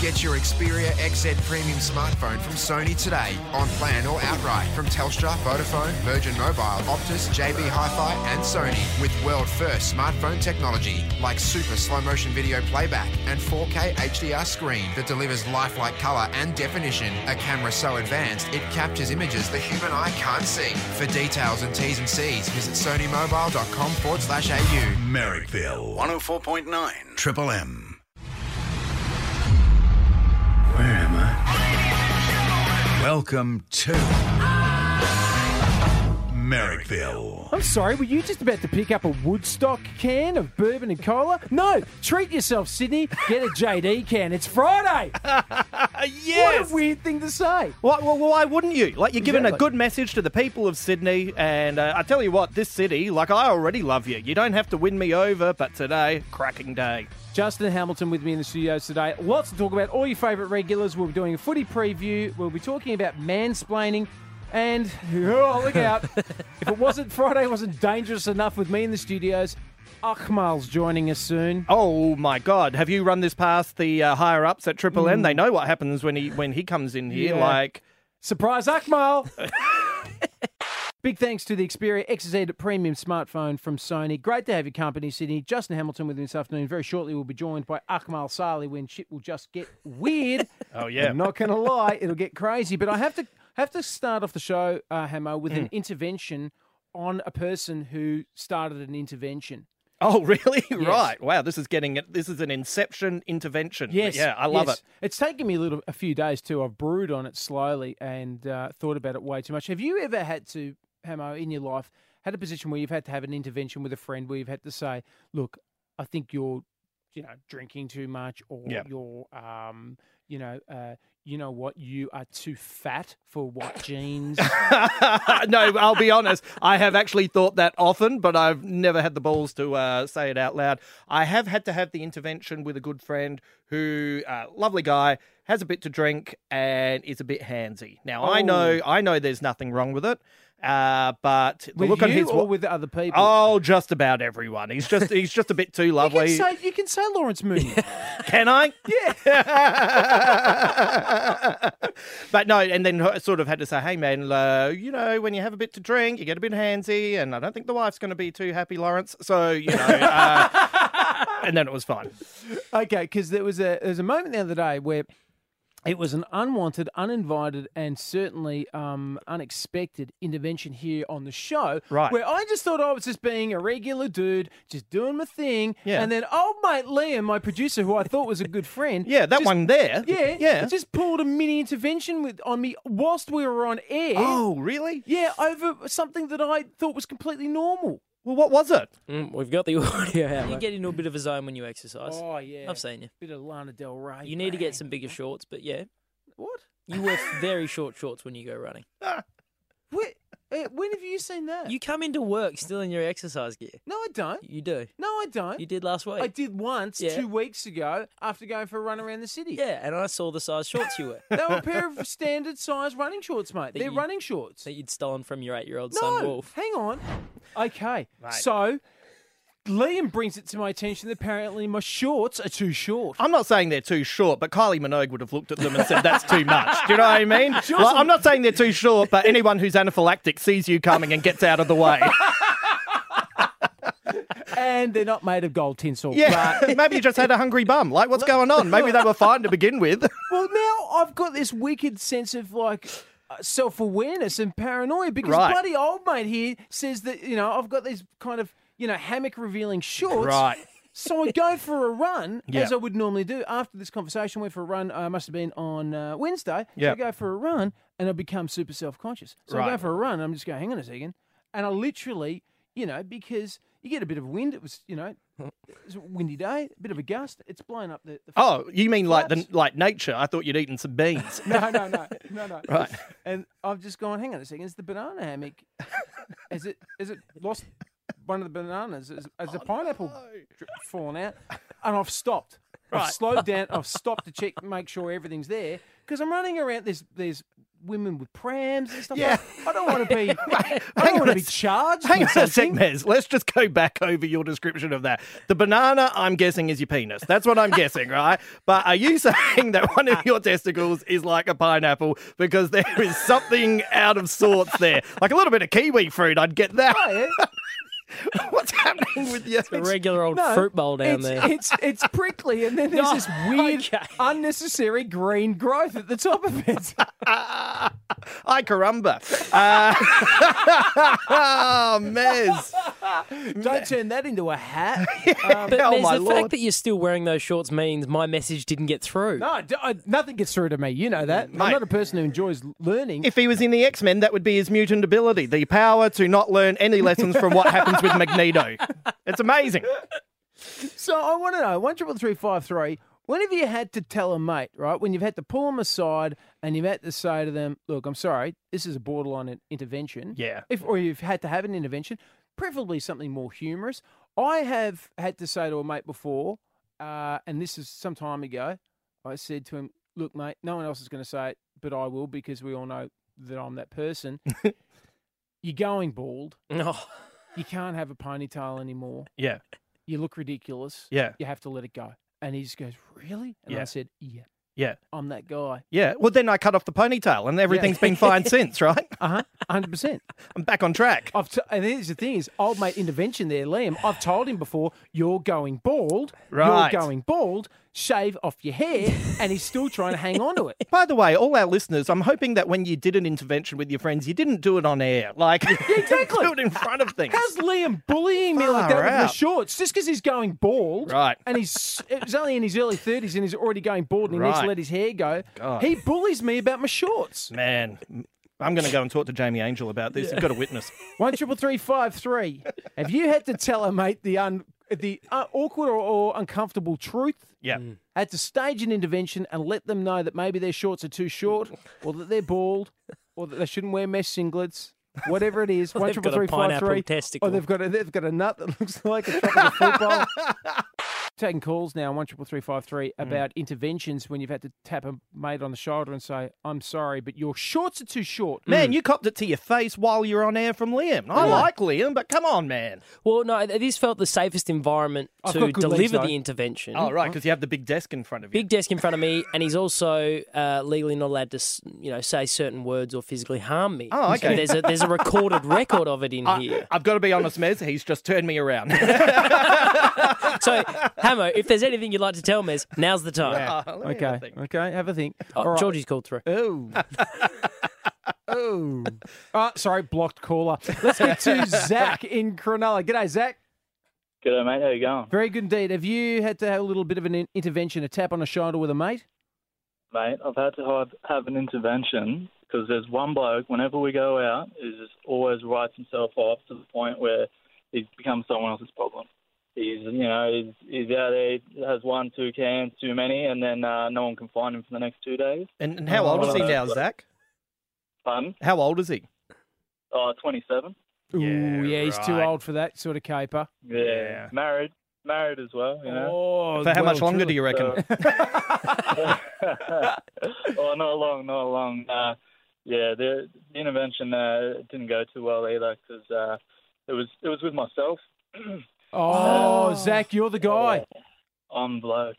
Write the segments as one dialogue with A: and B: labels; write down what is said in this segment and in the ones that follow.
A: Get your Xperia XZ Premium smartphone from Sony today, on plan or outright, from Telstra, Vodafone, Virgin Mobile, Optus, JB Hi-Fi, and Sony, with world-first smartphone technology like super slow-motion video playback and 4K HDR screen that delivers lifelike color and definition. A camera so advanced it captures images the human eye can't see. For details and T's and C's, visit sonymobile.com forward slash au.
B: Merrickville 104.9 Triple M. Where am I? Welcome to Merrickville.
C: I'm sorry, were you just about to pick up a Woodstock can of bourbon and cola? No, treat yourself, Sydney. Get a JD can. It's Friday. What
D: Yes.
C: a weird thing to say.
D: Why, well, why wouldn't you? Like, you're giving
C: Exactly.
D: a good message to the people of Sydney, and uh, I tell you what, this city, like, I already love you. You don't have to win me over, but today, cracking day.
C: Justin Hamilton with me in the studios today. Lots to talk about. All your favourite regulars. We'll be doing a footy preview. We'll be talking about mansplaining. And oh, look out. if it wasn't Friday wasn't dangerous enough with me in the studios, Akmal's joining us soon.
D: Oh my God! Have you run this past the uh, higher ups at Triple M? They know what happens when he when he comes in here.
C: Mm. Yeah.
D: Like,
C: Surprise, Akmal! Big thanks to the Xperia XZ Premium smartphone from Sony. Great to have your company, Sydney. Justin Hamilton with me this afternoon. Very shortly, we'll be joined by Akmal Sali when shit will just get weird.
D: oh yeah,
C: I'm not going to lie, it'll get crazy. But I have to have to start off the show, uh, Hamo, with
D: Mm.
C: an intervention on a person who started an intervention.
D: oh really? Right. Wow. This is getting this is an inception intervention. Yeah, I love
C: yes.
D: it.
C: It's taken me a little, a few days too. I've brewed on it slowly and uh, thought about it way too much. Have you ever had to, Hamo, in your life, had a position where you've had to have an intervention with a friend where you've had to say, "Look, I think you're, you know, drinking too much, or
D: Yeah.
C: you're, um, you know, uh, you know what, you are too fat for what jeans."
D: no, I'll be honest. I have actually thought that often, but I've never had the balls to uh, say it out loud. I have had to have the intervention with a good friend who, uh, lovely guy, has a bit to drink and is a bit handsy. Now I know, I know, there's nothing wrong with it, uh, but the
C: Oh. With
D: look
C: you
D: on his
C: or
D: wa-
C: with other people?
D: oh, just about everyone. He's just he's just a bit too
C: you can
D: lovely.
C: say you can say Lawrence Mooney.
D: Can I? Yeah. but no, and then I sort of had to say, hey, man, uh, you know, when you have a bit to drink, you get a bit handsy, and I don't think the wife's going to be too happy, Lawrence. So, you know. Uh, and then it was fine.
C: Okay, because there was a there was a moment the other day where it was an unwanted, uninvited, and certainly um, unexpected intervention here on the show.
D: Right.
C: Where I just thought I was just being a regular dude, just doing my thing.
D: Yeah.
C: And then old mate Liam, my producer, who I thought was a good friend.
D: Yeah, that
C: just-
D: one there.
C: Yeah,
D: Yeah.
C: Just pulled a mini intervention with on me whilst we were on air.
D: oh, really?
C: Yeah, over something that I thought was completely normal.
D: Well, what was it?
E: Mm, we've got the audio out. You get into a bit of a zone when you exercise.
C: Oh, yeah.
E: I've seen you.
C: Bit of Lana Del Rey.
E: You need to
C: bang.
E: get some bigger shorts, but yeah,
C: what?
E: you wear very short shorts when you go running.
C: Where, eh, when have you seen that?
E: You come into work still in your exercise gear.
C: No, I don't.
E: You do.
C: No, I don't.
E: You did last week.
C: I did once
E: Yeah.
C: two weeks ago after going for a run around the city.
E: Yeah, and I saw the size shorts you wear
C: They were a pair of standard size running shorts, mate. They're
E: you-
C: running shorts.
E: that you'd stolen from your eight-year-old son
C: No,
E: Wolf.
C: hang on. Okay, so Liam brings it to my attention that apparently my shorts are too short.
D: I'm not saying they're too short, but Kylie Minogue would have looked at them and said, that's too much. Do you know what I mean? Like, I'm not saying they're too short, but anyone who's anaphylactic sees you coming and gets out of the way.
C: And they're not made of gold tinsel.
D: Yeah. Maybe you just had a hungry bum. Like, what's going on? Maybe they were fine to begin with.
C: Well, now I've got this wicked sense of like uh, self-awareness and paranoia because
D: Right.
C: bloody old mate here says that you know I've got these kind of you know hammock revealing shorts.
D: Right.
C: So I go for a run
D: Yeah.
C: as I would normally do. After this conversation, went for a run. I must have been on uh, Wednesday. So
D: Yeah.
C: I go for a run and I become super self-conscious. So I go
D: Right.
C: for a run. And I'm just going, hang on a second, and I literally, you know, because you get a bit of wind. It was, you know, it's a windy day, a bit of a gust. It's blowing up the. the
D: Oh, you mean like the like nature? I thought you'd eaten some beans.
C: no, no, no, no, no.
D: Right.
C: And I've just gone. Hang on a second. Is the banana hammock? Is it? Is it lost? One of the bananas is, is
D: Oh,
C: a pineapple dri- fallen out, and I've stopped. I've slowed down. I've stopped to check, make sure everything's there, because I'm running around. There's there's women with prams and stuff.
D: Yeah.
C: like that. I don't want to be. I
D: hang
C: don't
D: on
C: want
D: a
C: to be
D: s-
C: charged.
D: Hang
C: with
D: on a sec,
C: something.
D: Mez. Let's just go back over your description of that. The banana, I'm guessing, is your penis. That's what I'm guessing, right? But are you saying that one of your testicles is like a pineapple because there is something out of sorts there? Like a little bit of kiwi fruit, I'd get that. What's happening with you?
E: A regular old fruit bowl down
C: it's,
E: there.
C: It's it's prickly, and then there's
E: No,
C: this weird,
E: okay.
C: unnecessary green growth at the top of it.
D: I caramba. Uh, oh, Mez.
C: Don't turn that into a hat. Um,
E: But
D: oh
E: Mez,
D: my
E: the
D: lord.
E: fact that you're still wearing those shorts means my message didn't get through.
C: No, I d- I- nothing gets through to me. You know that. I'm
D: Mate.
C: not a person who enjoys learning.
D: If he was in the X Men, that would be his mutant ability the power to not learn any lessons from what happens with Magneto. It's amazing.
C: so I want to know one triple three five three. When have you had to tell a mate, right? When you've had to pull them aside and you've had to say to them, "Look, I'm sorry, this is a borderline in- intervention."
D: Yeah.
C: If or you've had to have an intervention, preferably something more humorous. I have had to say to a mate before, uh, and this is some time ago. I said to him, "Look, mate, no one else is going to say it, but I will because we all know that I'm that person." You're going bald.
E: No.
C: You can't have a ponytail anymore.
D: Yeah.
C: You look ridiculous.
D: Yeah.
C: You have to let it go. And he just goes, Really? And I
D: Yeah.
C: said, Yeah,
D: Yeah.
C: I'm that guy.
D: Yeah. Well, then I cut off the ponytail and everything's been fine since, right?
C: Uh huh. 100%.
D: I'm back on track.
C: I've t- and here's the thing is, old mate intervention there, Liam. I've told him before, You're going bald.
D: Right.
C: You're going bald. Shave off your hair. And he's still trying to hang on to it.
D: By the way, all our listeners, I'm hoping that when you did an intervention with your friends, you didn't do it on air. Like,
C: exactly.
D: do it in front of things.
C: How's Liam bullying me like that
D: Far
C: with the
D: out.
C: shorts? Just because he's going bald,
D: Right.
C: And he's it was only in his early thirties, and he's already going bald, and he needs to
D: Right.
C: let his hair go.
D: God.
C: He bullies me about my shorts.
D: Man, I'm going to go and talk to Jamie Angel about this. You've got a witness.
C: One triple three five three. Have you had to tell a mate the un the uh, awkward or, or uncomfortable truth?
D: Yeah.
C: Had to stage an intervention and let them know that maybe their shorts are too short, or that they're bald, or that they shouldn't wear mesh singlets. Whatever it is, one
E: they've
C: triple
E: got a
C: three five
E: pineapple
C: three.
E: testicle.
C: Or they've got a, they've got a nut that looks like a tropical football. Taking calls now one triple three five three
E: Hmm.
C: about interventions when you've had to tap a mate on the shoulder and say, "I'm sorry, but your shorts are too short."
E: Hmm.
D: Man, you copped it to your face while you're on air from Liam. I like Liam, but come on, man.
E: Well, no, th- this felt the safest environment
C: I've
E: to
C: got good
E: deliver
C: legs, though.
E: the intervention.
D: Oh, right, because you have the big desk in front of you.
E: Big desk in front of me, and he's also uh, legally not allowed to, s- you know, say certain words or physically harm me.
D: Oh,
E: So
D: okay.
E: there's a there's a recorded record of it in here.
D: I've got to be honest, Mez, he's just turned me around.
E: So, Hamo, if there's anything you'd like to tell Mez, now's the time.
D: Ah,
C: okay, okay, have a think.
E: Oh,
C: All right.
E: Georgie's called through.
C: Oh. oh. Uh, sorry, blocked caller. Let's get to Zach in Cronulla. G'day, Zach.
F: G'day, mate. How you going,
C: Very good indeed. Have you had to have a little bit of an in- intervention, a tap on the shoulder with a mate?
F: mate? I've had to have, have an intervention because there's one bloke. Whenever we go out, he just always writes himself off to the point where he's become someone else's problem. He's, you know, he's, he's out there, has one, two cans too many, and then uh, no one can find him for the next two days. Uh,
D: And, and how old is he now, Zach?
F: Pardon?
D: How old is he?
F: Oh, 27.
C: Ooh, yeah, he's too
D: right.
C: old for that sort of caper.
F: Yeah. Married. Married as well, you know.
C: Oh,
D: For how much
C: well, uh,
D: longer do
C: truly.
D: you reckon?
F: oh, not long, not long. Uh, yeah, the, the intervention uh, didn't go too well either because uh, it was it was with myself.
C: Oh, Zach, you're the
E: Oh.
C: guy.
F: I'm bloke.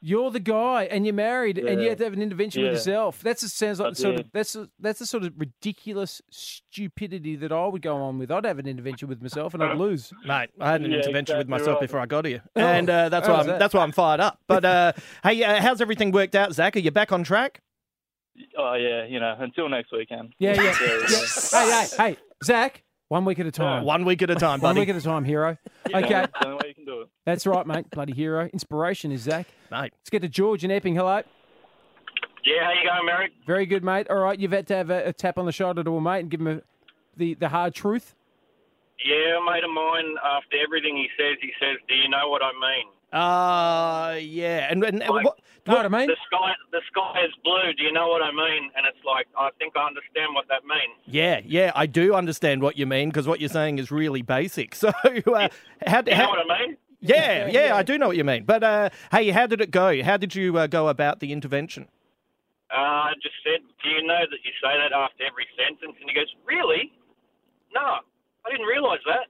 C: You're the guy, and you're married, and you
F: Yeah.
C: had to have an intervention
F: Yeah.
C: with yourself. That's a, sounds like
F: I
C: the sort of
F: did.
C: that's a, that's the sort of ridiculous stupidity that I would go on with. I'd have an intervention with myself, and I'd lose. Oh,
D: Mate, I had an
F: Yeah,
D: intervention with
F: exactly
D: myself
F: right.
D: before I got here, and uh, that's
C: how
D: why
C: was
D: I'm
C: that?
D: that's why I'm fired up. But uh, hey, uh, how's everything worked out, Zach? Are you back on track?
F: Oh yeah, you know. Until next weekend.
C: Yeah, yeah. yeah. hey, hey, hey, Zach, one week at a time.
D: One week at a time,
C: One
D: buddy.
C: week at a time, hero. Okay,
F: That's the only way you can do it.
C: that's right, mate. Bloody hero. Inspiration is Zach.
D: Mate,
C: Let's get to George and Epping. Hello.
G: Yeah, how you going, Merrick?
C: Very good, mate. All right, you've had to have a, a tap on the shoulder to a mate and give him a, the, the hard truth.
G: Yeah, a mate of mine, after everything he says, he says, Do you know what I mean?
D: uh, yeah, and, and, and what?
C: Know what I mean?
G: The sky the sky is blue, do you know what I mean? And it's like, I think I understand what that means.
D: Yeah, yeah, I do understand what you mean because what you're saying is really basic. So, uh, how,
G: You know
D: how,
G: what I mean?
D: yeah, yeah, I do know what you mean. But uh, hey, how did it go? How did you uh, go about the intervention?
G: Uh, Uh, I just said, Do you know that you say that after every sentence? And he goes, Really? No, I didn't realise that.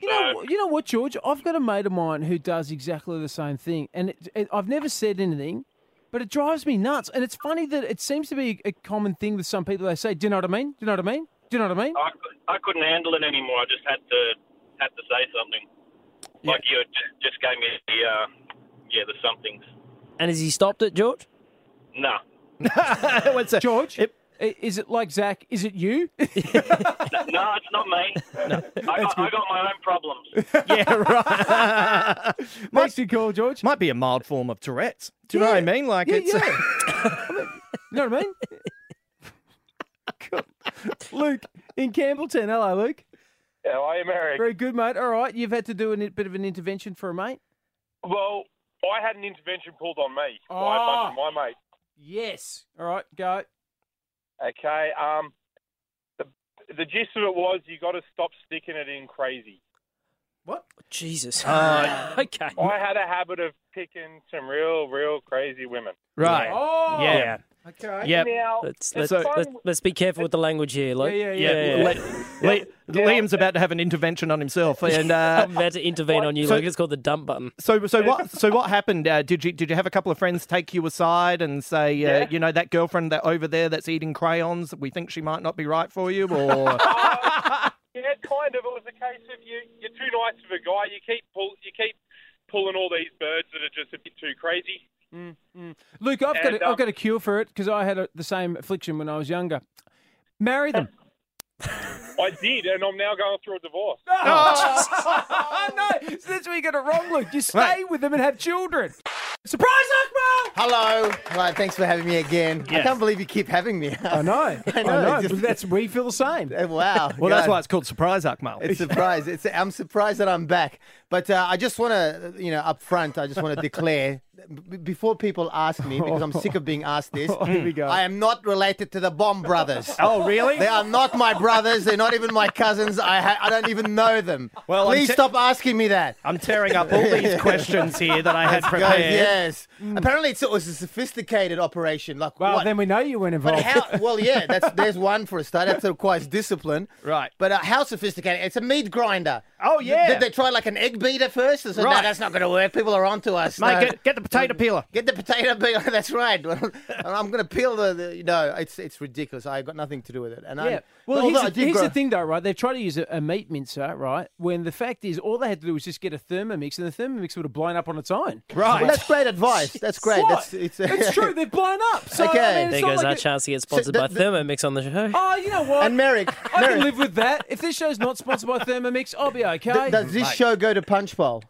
C: You know, you know what, George? I've got a mate of mine who does exactly the same thing, and it, it, I've never said anything, but it drives me nuts. And it's funny that it seems to be a common thing with some people. They say, "Do you know what I mean? Do you know what I mean? Do you know what I mean?"
G: I, cou- I couldn't handle it anymore. I just had to had to say something. Like you had ju- just gave me the uh, yeah the somethings.
E: And has he stopped it, George?
G: Nah,
D: What's that?
C: George,
D: It-
C: i- is it like Zach? Is it you?
G: no, it's not me. I, got, I got my own problems.
D: yeah, right. might,
C: Thanks for your call, George.
D: might be a mild form of Tourette's. Do you know what I
C: Yeah,
D: mean? Like
C: yeah,
D: it's.
C: yeah. You know what I mean? God. Luke in Campbellton. Hello, Luke.
H: How are you, Merrick?
C: Very good, mate. All right, you've had to do a bit of an intervention for a mate.
H: Well, I had an intervention pulled on me by a bunch of my mates.
C: Ah. Yes. All right, go.
H: Okay. Um, the the gist of it was you got to stop sticking it in crazy.
E: Jesus.
D: Uh,
E: okay.
H: I had a habit of picking some real, real crazy women.
D: right.
C: Oh,
D: Yeah.
C: Okay.
D: Yeah.
H: Now,
E: Let's
H: it's
E: let's,
H: fun-
E: let's, let's be careful with the language here, Luke.
C: Yeah, yeah,
D: Yeah.
E: yeah,
D: Le- Le- Liam's about to have an intervention on himself, and uh,
E: I'm about to intervene on you,
D: So-
E: Luke. It's called the dump button.
D: so so what so what happened? Uh, did you did you have a couple of friends take you aside and say, uh, you know, that girlfriend that over there that's eating crayons, we think she might not be right for you, or
H: yeah, kind of. It was a case of you. You're too nice of a guy. You keep pull. You keep pulling all these birds that are just a bit too crazy.
C: Luke, Mm, I've got
H: And,
C: a, I've
H: um,
C: got a cure for it because I had a, the same affliction when I was younger. Marry them.
H: I did, and I'm now going through a divorce.
C: Oh, no! So that's where you got it wrong, Luke. You stay with them and have children. Surprise, Akmal!
I: Hello. Right, thanks for having me again. I can't believe you keep having me.
C: I know. I know.
I: know, just- Uh,
C: That's we feel the same.
I: wow.
D: well, that's why it's called surprise Akmal.
I: It's surprise. It's I'm surprised that I'm back, but uh, I just want to, you know, up front, I just want to declare b- before people ask me because I'm sick of being asked this.
C: Here we go.
I: I am not related to the Bomb Brothers.
D: oh, really?
I: They are not my brothers. They're not even my cousins. I ha- I don't even know them.
D: Well, I'm
I: please
D: te-
I: stop asking me that.
D: I'm tearing up all these questions here that I had
I: Guys,
D: prepared. Mm.
I: yes. Apparently, it's, it was a sophisticated operation. Like
C: well,
I: what?
C: then we know you weren't
I: But
C: involved.
I: how? Well, yeah, that's there's one for a start. That requires discipline.
D: Right.
I: But uh, how sophisticated? It's a meat grinder.
D: Oh, yeah.
I: Did they try like an egg beater first? They said,
D: Right.
I: No, that's not going to work. People are onto us.
D: Mate,
I: No.
D: get, get the potato peeler.
I: Get the potato peeler. That's right. Well, I'm going to peel the, the. You know, it's it's ridiculous. I got nothing to do with it. And
C: Yeah.
I: I'm,
C: Well,
I: although
C: here's,
I: I
C: the,
I: did
C: here's
I: grow-
C: the thing, though, right? They've tried to use a, a meat mincer, right? When the fact is, all they had to do was just get a Thermomix, and the Thermomix would have blown up on its own.
I: Well, that's great advice. That's great.
C: What?
I: That's
C: it's, true. They've blown up. So, I
I: Okay.
C: mean, it's
E: There
C: not
E: goes
C: like
E: our
C: it-
E: chance to get sponsored
I: the-
E: by
I: the-
E: Thermomix on the show.
C: Oh, you know what?
I: And Merrick,
C: I can
I: Merrick,
C: live with that. If this show's not sponsored by Thermomix, I'll be okay.
I: th- does this show go to Punch Bowl?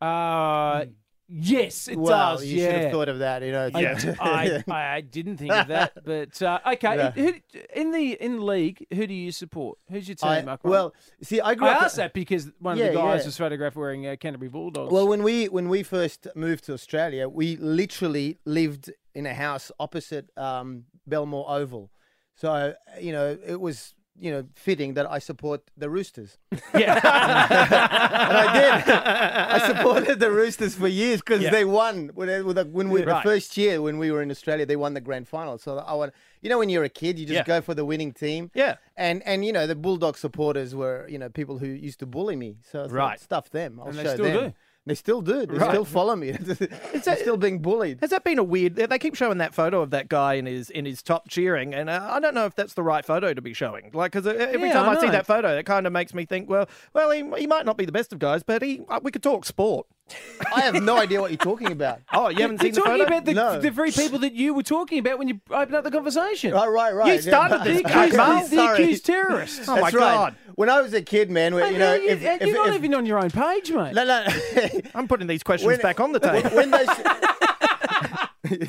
C: uh, yes, it
I: Hmm. Well,
C: does.
I: you
C: yeah.
I: should have thought of that. You know. it's-
C: I, I, I didn't think of that, but uh, okay.
I: Yeah.
C: Who, in the in league, who do you support? Who's your team?
I: I-
C: Mark Ryan?
I: well, see, I grew
C: I
I: up.
C: asked that because one of
I: Yeah,
C: the guys
I: yeah.
C: was photographed wearing uh, Canterbury Bulldogs.
I: Well, when we when we first moved to Australia, we literally lived in a house opposite um, Belmore Oval, so uh, you know it was you know fitting that I support the Roosters. Yeah, and I did. I supported the Roosters for years because they won when, they- when the- when we the first year when we were in Australia, they won the grand final. So I want you know when you're a kid, you just
D: Yeah.
I: go for the winning team.
D: Yeah.
I: and and you know the Bulldog supporters were you know people who used to bully me. So I thought,
D: Right.
I: stuff them. I'll
C: And they
I: show
C: still
I: them.
C: do.
I: They still do. They still follow me. They're still being bullied.
D: Has that been a weird? They keep showing that photo of that guy in his in his top cheering, and uh, I don't know if that's the right photo to be showing. Like, because every
C: Yeah,
D: time
C: I
D: I, see
C: know.
D: that photo, it kind of makes me think, well, well, he, he might not be the best of guys, but he uh, we could talk sport.
I: I have no idea what you're talking about.
D: Oh, you haven't
C: you're
D: seen the
C: talking
D: photo?
C: about the,
I: No.
C: the very people that you were talking about when you opened up the conversation.
I: Right, Oh, right, right.
D: You started
C: The
D: this,
C: accused,
D: Akmal.
C: the
I: Sorry.
C: accused terrorists.
D: Oh my
I: That's right.
D: god,
I: When I was a kid, man, when,
C: Mate,
I: you know,
C: you,
I: if,
C: are
I: if-
C: not
I: if-
C: even on your own page, mate.
I: no, no.
D: I'm putting these questions
I: When-
D: back on the table.
I: when those.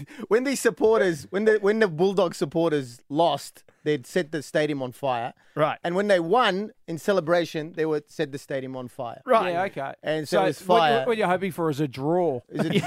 I: when these supporters, when the when the Bulldog supporters lost, they'd set the stadium on fire.
D: Right.
I: And when they won in celebration, they would set the stadium on fire.
D: right.
C: Yeah, okay.
I: And so it's
C: what you-
I: fire.
C: what you're hoping for is a draw.
I: Is it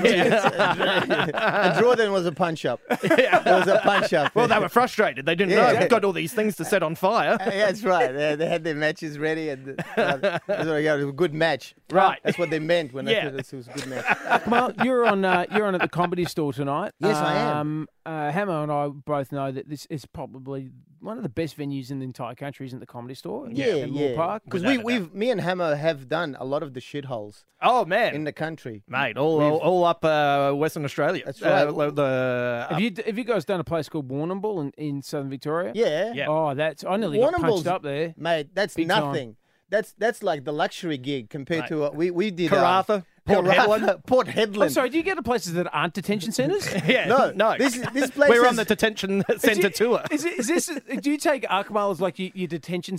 I: a draw then was a punch up. It was a punch up.
D: Well, they were frustrated. They didn't
I: Yeah.
D: know. We've got all these things to set on fire.
I: yeah, that's right. They, they had their matches ready, and uh, that's what I got, it was a good match.
D: Right.
I: That's what they meant when
D: Yeah.
I: they said it was a good match.
C: Well, you're on. Uh, you're on at the comedy store tonight. tonight.
I: Yes, I am.
C: Um, uh, Hammer and I both know that this is probably one of the best venues in the entire country, isn't it, the Comedy Store? in-
I: Yeah,
C: in Moore
I: yeah.
C: Park.
I: Because we, we've, me and Hammer have done a lot of the shitholes
D: Oh man,
I: in the country.
D: mate, all, all,
I: We've-
D: all up uh, Western Australia.
I: That's right.
D: Uh, lo- the
C: Have you have you guys done a place called Warrnambool in, in Southern Victoria?
I: Yeah.
D: Yeah.
C: Oh, that's I nearly got
I: Warrnambool's-
C: punched up there.
I: Mate, that's
C: Big time.
I: nothing. That's that's like the luxury gig compared to what we, we did. uh,
D: Karratha, Port Hedland.
I: Port Hedland.
C: I'm Oh, sorry. Do you go to places that aren't detention centres?
D: yeah,
I: No,
D: no.
I: this is- this place
D: We're on
I: is-
D: the detention
C: Is
D: centre
C: it-
D: tour.
C: Is, it, is this? Do you take Akmal as like your, your detention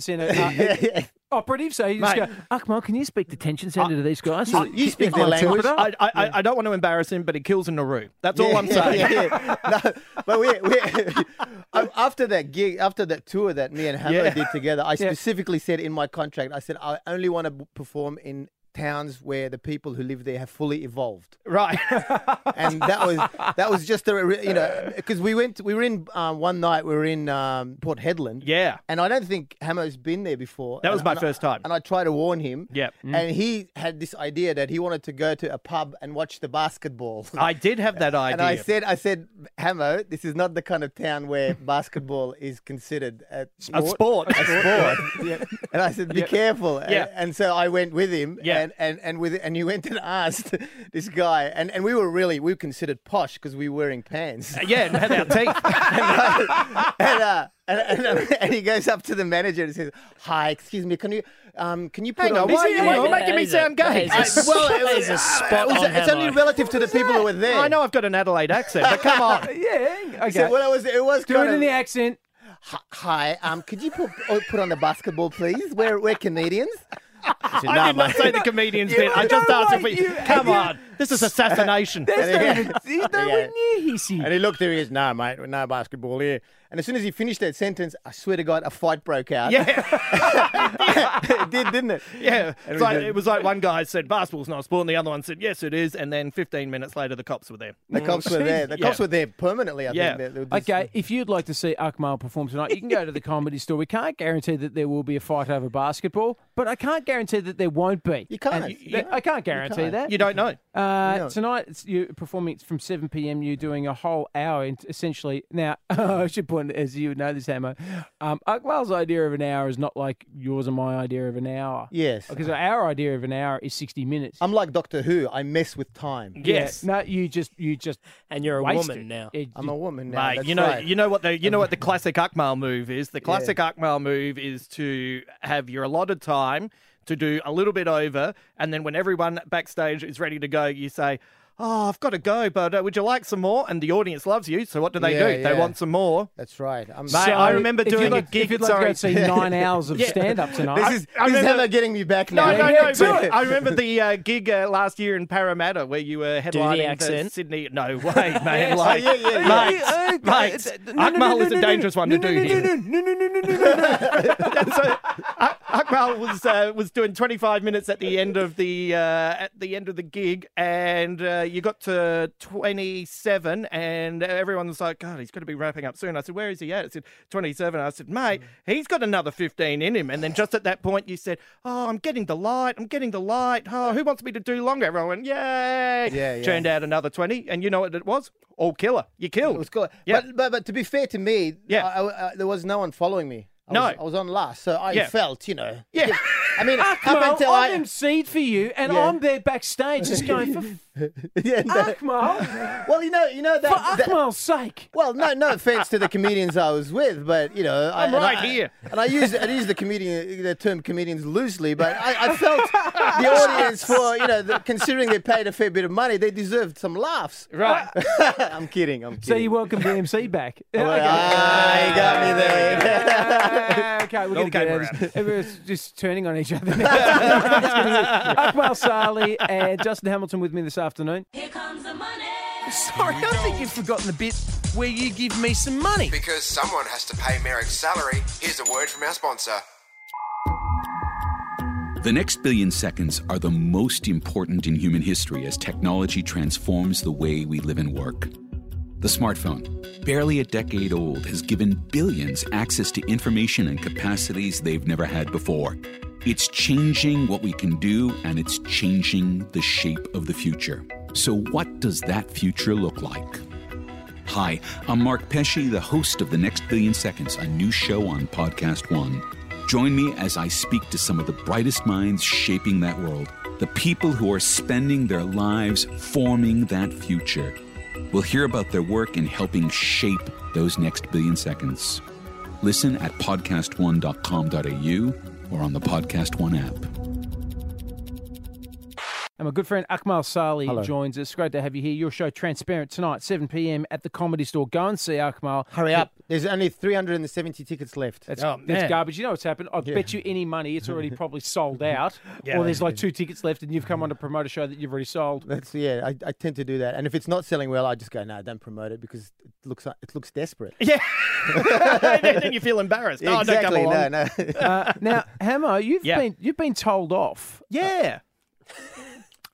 C: centre uh, operative? So you just
D: Mate.
C: go, Akmal, can you speak detention centre to these guys?
I: you- you speak their
C: Oh,
I: language.
C: Twitter?
D: I, I, I- I don't want to embarrass him, but he kills a Nauru. That's all
I: Yeah,
D: I'm
I: yeah,
D: saying.
I: yeah, yeah. No, but we, we um, after that gig, after that tour that me and Hammer
D: Yeah.
I: did together, I specifically said in my contract, I said I only want to perform in towns where the people who live there have fully evolved,
D: Right.
I: and that was that was just a re- you know because we went we were in um, one night we were in um, Port Hedland,
D: yeah.
I: and I don't think Hammer's been there before.
D: That was
I: And-
D: my
I: and I-
D: first time.
I: And I tried to warn him.
D: Yep. Mm.
I: And he had this idea that he wanted to go to a pub and watch the basketball.
D: I did have that idea.
I: And I said, I said, Hamo, this is not the kind of town where basketball is considered a
D: a
I: sport.
D: sport.
I: A sport. And I said, be careful. And-
D: Yeah.
I: And, so I went with him.
D: Yeah.
I: And, and, and with and he went and asked this guy. And, and we were really, we were considered posh because we were wearing pants.
D: Uh, yeah, and had our teeth.
I: and, uh, and, and, and he goes up to the manager and says, hi, excuse me, can you, um, can you put
D: Hang on,
I: on...
D: why are you
E: Yeah,
D: you're
E: yeah,
D: making
E: that
D: me
E: is a-
D: sound gay?
E: that is a- that is a spot
I: It's-
E: on
I: it's only
E: Hamo.
I: relative to the people who were there.
D: I know I've got an Adelaide accent, but come on.
C: yeah. Okay.
I: He said, well, it was, it was
C: do
I: kind
C: it in
I: of-
C: the accent.
I: Hi, um, could you put oh, put on the basketball, please? We're we're Canadians. I said,
D: I did
I: "Nah,
D: not
I: mate."
D: say the comedians
C: You-
D: did. I
C: no
D: just asked if
C: way,
D: we.
C: you-
D: come
C: you-
D: on. This is assassination.
C: There's no,
I: Yeah.
C: even- he's nowhere near hissy.
I: And he looked at me. He's no, mate. We're no basketball here. And as soon as he finished that sentence, I swear to God, a fight broke out.
D: yeah.
I: it did, didn't it?
D: Yeah. It's
I: we
D: like,
I: did.
D: it was like one guy said, basketball's not a sport, and the other one said, yes, it is. And then 15 minutes later, the cops were there.
I: The cops were there. The
D: Yeah.
I: cops were there permanently. I
D: Yeah.
I: think. They- they were just-
C: Okay, if you'd like to see Akmal perform tonight, you can go to the comedy store. We can't guarantee that there will be a fight over basketball, but I can't guarantee that there won't be.
I: You can't.
C: And
I: You-
C: I can't guarantee
I: can't.
C: that.
D: You don't know.
C: Uh,
I: No.
C: Tonight, it's, you're performing it's from 7 p.m. You're doing a whole hour, in, essentially. Now, I should point, as you would know this, Hammer, um, Akmal's idea of an hour is not like yours and my idea of an hour.
I: Yes.
C: Because our idea of an hour is 60 minutes.
I: I'm like Doctor Who. I mess with time.
C: Yeah,
D: Yes.
C: no, you just, you just.
E: And you're a
C: waste
E: woman
C: it.
E: now.
C: It-
I: I'm a woman now.
D: Mate,
I: that's
D: you know,
I: right.
D: you know what the you know what the classic Akmal move is. The classic Akmal move is to have your allotted time to do a little bit over, and then when everyone backstage is ready to go, you say, "Oh, I've got to go, but uh, would you like some more?" And the audience loves you, so what do they
I: Yeah,
D: do? They
I: yeah.
D: want some more.
I: That's right. I'm.
D: Mate, I remember
C: if you'd
D: doing a
C: like- If
D: gig-
C: you'd like
D: sorry.
C: to go see nine hours of
D: Yeah.
C: stand up tonight.
I: this is, this is
D: remember-
I: Hammer getting me back
D: No,
I: now.
D: no,
C: yeah,
D: no.
C: do
D: But
C: it.
D: I remember the uh, gig uh, last year in Parramatta where you were
E: the
D: headlining the,
E: accent.
D: Sydney. No way, man.
I: Oh,
D: like,
I: yeah, yeah, yeah.
D: Mate,
C: Uh, uh,
D: mate.
C: uh, no, no, no,
D: Akmal
C: no,
D: is
C: no,
D: a
C: no,
D: dangerous
C: no,
D: one to
C: no,
D: do
C: no,
D: here.
C: No, no, no, no, no, no, no, no.
D: so Ak- Akmal was uh, was doing 25 minutes at the end of the uh, at the end of the gig, and uh, you got to 27, and everyone was like, "God, he's going to be wrapping up soon." I said, "Where is he at?" I said, "27." I said, "Mate, he's got another 15 in him." And then just at that point, you said, "Oh, I'm getting the light. I'm getting the light. Oh, who wants me to do longer?" Everyone went, "Yay!"
I: Yeah, yeah.
D: Turned out another 20, and you know what it was? All killer. You killed.
I: It was cool.
D: Yeah.
I: But, but but to be fair to me,
D: Yeah.
I: I, I- I- there was no one following me. I
D: No.
I: was, I was on last, so I
D: Yeah.
I: felt, you know.
D: Yeah.
I: I mean, up
C: Akmal,
I: until
C: Ah, I'm
I: I,
C: emceed for you, and
I: Yeah.
C: I'm there backstage just going Ah, for
I: yeah, no.
C: Akmal,
I: uh, well, you know, you know
C: for
I: that. that-
C: Akmal's sake.
I: well, no, no offense to the comedians I was with, but you know, I,
D: I'm
I: and
D: right
I: I-
D: here.
I: and I use I use the comedian the term comedians loosely, but I, I felt the audience for you know, the, considering they paid a fair bit of money, they deserved some laughs.
D: Right.
I: I'm kidding. I'm kidding.
C: So you welcome the MC back.
I: Ah, you got me there.
C: Ah, okay, we're going to
D: Okay,
C: get
D: we're
C: out of this. Everyone's just turning on each other now. It's gonna be- Akmal Sali and Justin Hamilton with me this afternoon.
J: Here comes the money.
K: Sorry, I think you've forgotten the bit where you give me some money.
A: Because someone has to pay Merrick's salary, here's a word from our sponsor.
B: The next billion seconds are the most important in human history as technology transforms the way we live and work. The smartphone, barely a decade old, has given billions access to information and capacities they've never had before. It's changing what we can do, and it's changing the shape of the future. So, what does that future look like? Hi, I'm Mark Pesci, the host of The Next Billion Seconds, a new show on Podcast One. Join me as I speak to some of the brightest minds shaping that world, the people who are spending their lives forming that future. We'll hear about their work in helping shape those next billion seconds. Listen at podcastone.com.au or on the Podcast One app.
C: And my good friend Akmal Sali
B: Hello.
C: joins us. Great to have you here. Your show Transparent tonight, 7 p.m. at the Comedy Store. Go and see Akmal.
I: Hurry up. There's only 370 tickets left. Oh,
C: That's,
D: Oh,
C: that's garbage. You know what's happened? I bet you any money it's already probably sold out.
I: Yeah.
C: Or there's like two tickets left and you've come on to promote a show that you've already sold.
I: That's yeah. I, I tend to do that, and if it's not selling well, I just go no, don't promote it because it looks it looks desperate.
D: Yeah, then you feel embarrassed. Oh, don't come
I: exactly.
D: along.
I: no, no.
C: Uh, now, Hammer, you've been you've been told off.
D: Yeah.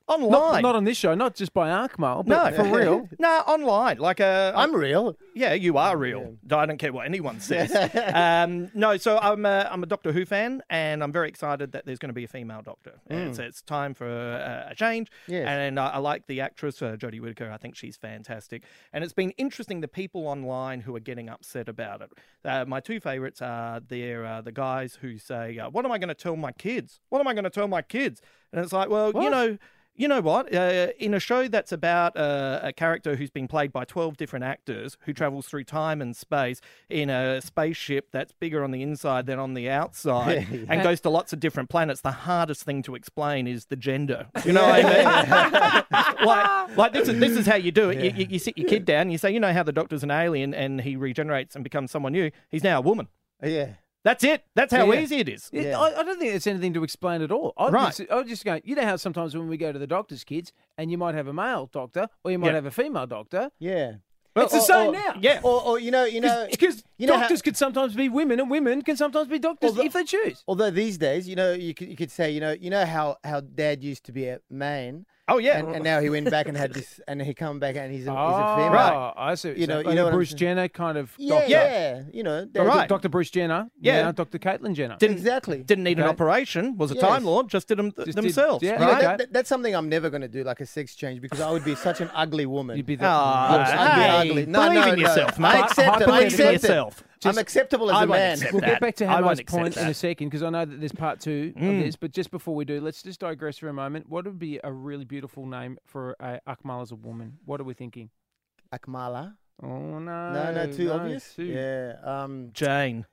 D: Online.
C: Not, not on this show, not just by Akmal,
D: Uh, No,
C: but for real.
D: no, online. Like uh,
I: I'm real.
D: Yeah, you are real. I don't care what anyone says. um, no, so I'm a, I'm a Doctor Who fan, and I'm very excited that there's going to be a female Doctor.
I: Hmm.
D: And so it's time for uh, a change.
I: Yes.
D: And I, I like the actress uh, Jodie Whittaker. I think she's fantastic. And it's been interesting the people online who are getting upset about it. Uh, my two favourites are they're uh, the guys who say, uh, "What am I going to tell my kids? What am I going to tell my kids?" And it's like, well, you know you know what? Uh, in a show that's about uh, a character who's been played by 12 different actors who travels through time and space in a spaceship that's bigger on the inside than on the outside and goes to lots of different planets, the hardest thing to explain is the gender. You know what I mean? like, like this, is, this is how you do it. You- You, you sit your kid down and you say, you know how the doctor's an alien and he regenerates and becomes someone new? He's now a woman.
I: yeah.
D: That's it. That's how
I: Yeah.
D: easy it is.
C: It- I, I don't think there's anything to explain at all. I
D: Right.
C: Just, I was just going, you know how sometimes when we go to the doctor's kids, and you might have a male doctor or you might
D: Yeah.
C: have a female doctor.
I: Yeah.
C: it's the same now.
D: Yeah.
I: Or, or you know, you know,
C: Because
I: you know how-
C: doctors could sometimes be women and women can sometimes be doctors
I: Although-
C: if they choose.
I: although these days, you know, you could, you could say, you know, you know how how Dad used to be a man.
D: Oh, yeah.
I: And, and now he went back and had this, and he come back and he's a, he's a
C: Oh,
I: female.
D: Right.
C: I see.
I: You
C: You
I: know-
C: know,
I: you know what I'm
C: uh, Bruce
I: saying.
C: Jenner kind of
I: Yeah,
C: doctor.
I: yeah. You know, Dad-
D: Right.
C: Dr. Uh, Bruce Jenner.
D: Yeah.
C: now Dr. Caitlyn Jenner.
D: Didn't,
I: Exactly.
D: Didn't need an
C: Okay.
D: operation, was a
I: Yes.
D: Time Lord, just did them
C: did-
D: themselves.
C: yeah,
I: You know,
D: right?
C: okay.
I: that, that- that's something I'm never going to do, like a sex change, because I would be such an ugly woman.
C: You'd be the.
D: Ah,
I: Looks ugly,
D: hey,
I: ugly. No,
D: believe
I: no,
D: in
I: no.
D: yourself, mate.
I: I accept it. I
D: Believe in
I: accept it.
D: yourself.
I: I'm acceptable as
D: I
I: a
D: won't
I: man.
D: accept
C: We'll
D: that.
C: get back to
D: I won't
C: Hammer's
D: accept
C: point in a
D: that. Mm.
C: second because I know that there's part two of this. But just before we do, let's just digress for a moment. What would be a really beautiful name for uh, Akmal as a woman? What are we thinking?
I: Akmala.
C: Oh no!
I: No, no, too obvious.
C: too-
I: Yeah. Um.
D: Jane.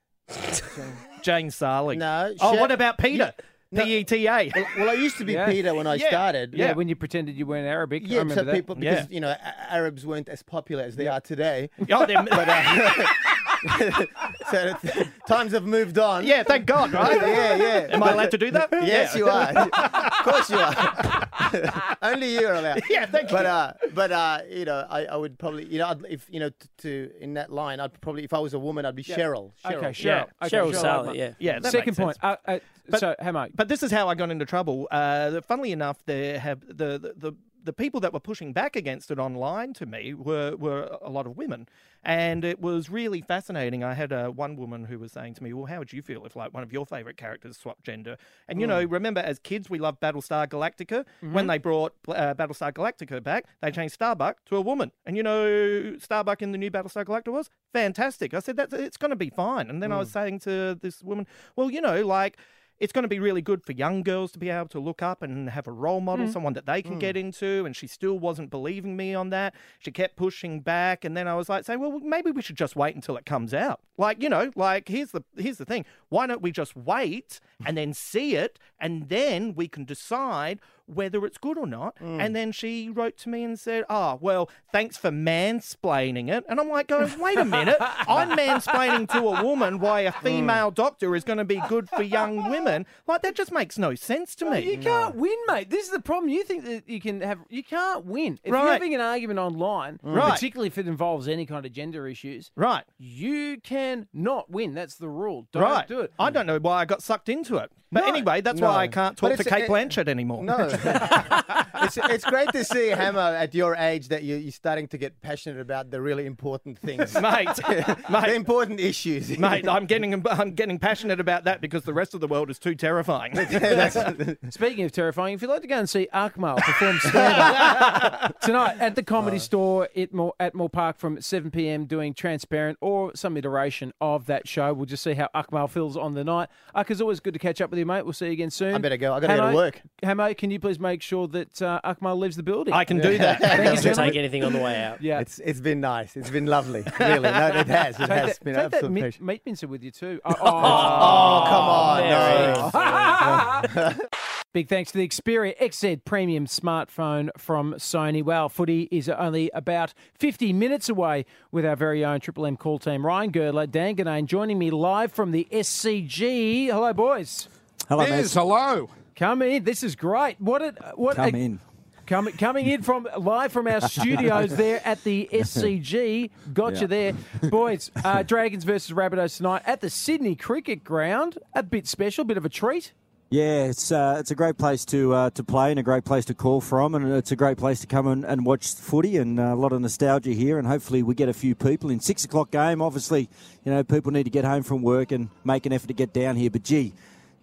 D: Jane Sarling.
I: No.
D: Oh,
I: Sha-
D: what about Peter?
I: No.
D: P E T A.
I: Well, well, I used to be
C: Yeah.
I: Peter when I
D: Yeah.
I: started.
C: Yeah, when you pretended you weren't Arabic. I
I: Yeah,
C: remember
I: so
C: that.
I: people because you know A- Arabs weren't as popular as they are today. uh,
D: Oh, they're-
I: So it's- times have moved on.
D: yeah, thank God, right?
I: yeah, yeah.
D: Am I allowed to do that?
I: Yes, you are. of course, you are. Only you are allowed.
D: Yeah, thank
I: but,
D: you.
I: Uh, but uh, you know, I, I would probably, you know, I'd, if you know, t- to in that line, I'd probably, if I was a woman, I'd be Cheryl. Cheryl.
C: Okay, Cheryl.
D: Yeah.
C: Okay,
E: Cheryl Sally,
C: Akmal.
E: yeah.
D: Yeah, that
C: Second
D: makes
C: point.
D: sense.
C: Uh, uh,
D: But-
C: so, Hammer.
D: But this is how I got into trouble. Uh, the- funnily enough, there have the, the the the people that were pushing back against it online to me were were a lot of women, and it was really fascinating. I had uh, one woman who was saying to me, "Well, how would you feel if like one of your favorite characters swapped gender?" And you know, remember as kids we loved Battlestar Galactica. When they brought uh, Battlestar Galactica back, they changed Starbuck to a woman, and you know, who Starbuck in the new Battlestar Galactica was fantastic. I said that it's going to be fine. And then I was saying to this woman, "Well, you know, like." it's going to be really good for young girls to be able to look up and have a role model, someone that they can get into. And she still wasn't believing me on that. She kept pushing back, and then I was like saying, "Well, maybe we should just wait until it comes out." Like you know, like here's the here's the thing. Why don't we just wait and then see it, and then we can decide whether it's good or not.
C: Hmm.
D: And then she wrote to me and said, "Ah, well, thanks for mansplaining it." And I'm like, "Going, wait a minute, I'm mansplaining to a woman why
C: Hmm.
D: a female doctor is going to be good for young women. Like that just makes no sense to me."
C: You can't win, mate. This is the problem. You think that you can have, you can't win. If
D: Right.
C: you're having an argument online,
D: Right.
C: particularly if it involves any kind of gender issues,
D: Right,
C: you can not win. That's the rule. Don't
D: right.
C: do it.
D: I don't know why I got sucked into it, but
C: No.
D: anyway, that's
I: No.
D: why I can't
I: But
D: talk to
I: it's- eh,
D: Kate
I: it-
D: Blanchett anymore.
I: No, it's, it's great to see Hammer at your age that you, you're starting to get passionate about the really important things,
D: Mate,
I: the important issues,
D: Mate, I'm getting I'm getting passionate about that because the rest of the world is too terrifying.
C: Speaking of terrifying, if you'd like to go and see Akmal perform stand-up tonight at the Comedy
I: Uh.
C: Store at Moore, at Moore Park from 7 p.m. doing Transparent or some iteration of that show. We'll just see how Akmal feels on the night. Ak, it's always good to catch up with you, mate. We'll see you again soon.
I: I better go. I gotta go to
C: Hamo-
I: work.
C: Hamo, can you please make sure that uh, Akmal leaves the building?
D: I can do that.
C: Thank you,
E: Doesn't
C: gentlemen.
E: take anything on the way out.
C: Yeah.
I: It's it's been nice. It's been lovely. Really, no, it has. It
C: Take
I: has
C: that,
I: been an
C: take that
I: absolute
C: meat,
I: pleasure.
C: meat mincer with you too.
I: Oh, come on! no.
E: There
C: Big thanks to the Xperia XZ Premium smartphone from Sony. Wow, footy is only about 50 minutes away with our very own Triple M call team. Ryan Girdler, Dan Ganane joining me live from the SCG. Hello, boys.
J: Hello, mate.
L: hello.
C: Come in. This is great. What a, what
J: Come
C: a,
J: in.
C: Coming, coming in from live from our studios there at the SCG. Got
J: Yeah.
C: you there, boys. Uh, Dragons versus Rabbitohs tonight at the Sydney Cricket Ground. A bit special, bit of a treat.
J: Yeah, it's uh, it's a great place to uh, to play and a great place to call from, and it's a great place to come and, and watch footy and uh, a lot of nostalgia here. And hopefully, we get a few people in six o'clock game. Obviously, you know people need to get home from work and make an effort to get down here. But gee,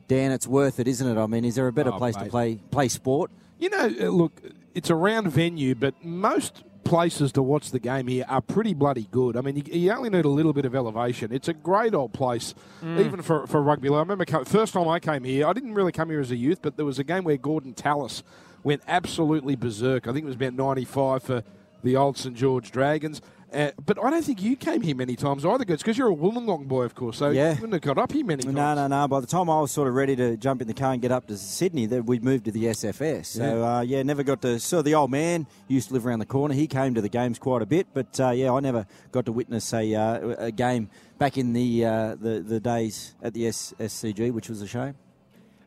J: Dan, it's worth it, isn't it? I mean, is there a better
L: Oh,
J: place to
L: mate.
J: play play sport?
L: You know, uh, look, it's a round venue, but most places to watch the game here are pretty bloody good. I mean, you, you only need a little bit of elevation. It's a great old place,
C: Mm.
L: even for, for rugby. Like, I remember co- first time I came here, I didn't really come here as a youth, but there was a game where Gordon Tallis went absolutely berserk. I think it was about 95 for the old St George Dragons. Uh, but I don't think you came here many times either, Goods, because you're a Wollongong boy, of course, so
J: Yeah.
L: you wouldn't have got up here many times.
J: No, no, no. By the time I was sort of ready to jump in the car and get up to Sydney, that we'd moved to the SFS. So
L: Yeah.
J: uh, yeah, never got to. So the old man used to live around the corner. He came to the games quite a bit, but uh, yeah, I never got to witness a, uh, a game back in the, uh, the the days at the SSCG, which was a shame.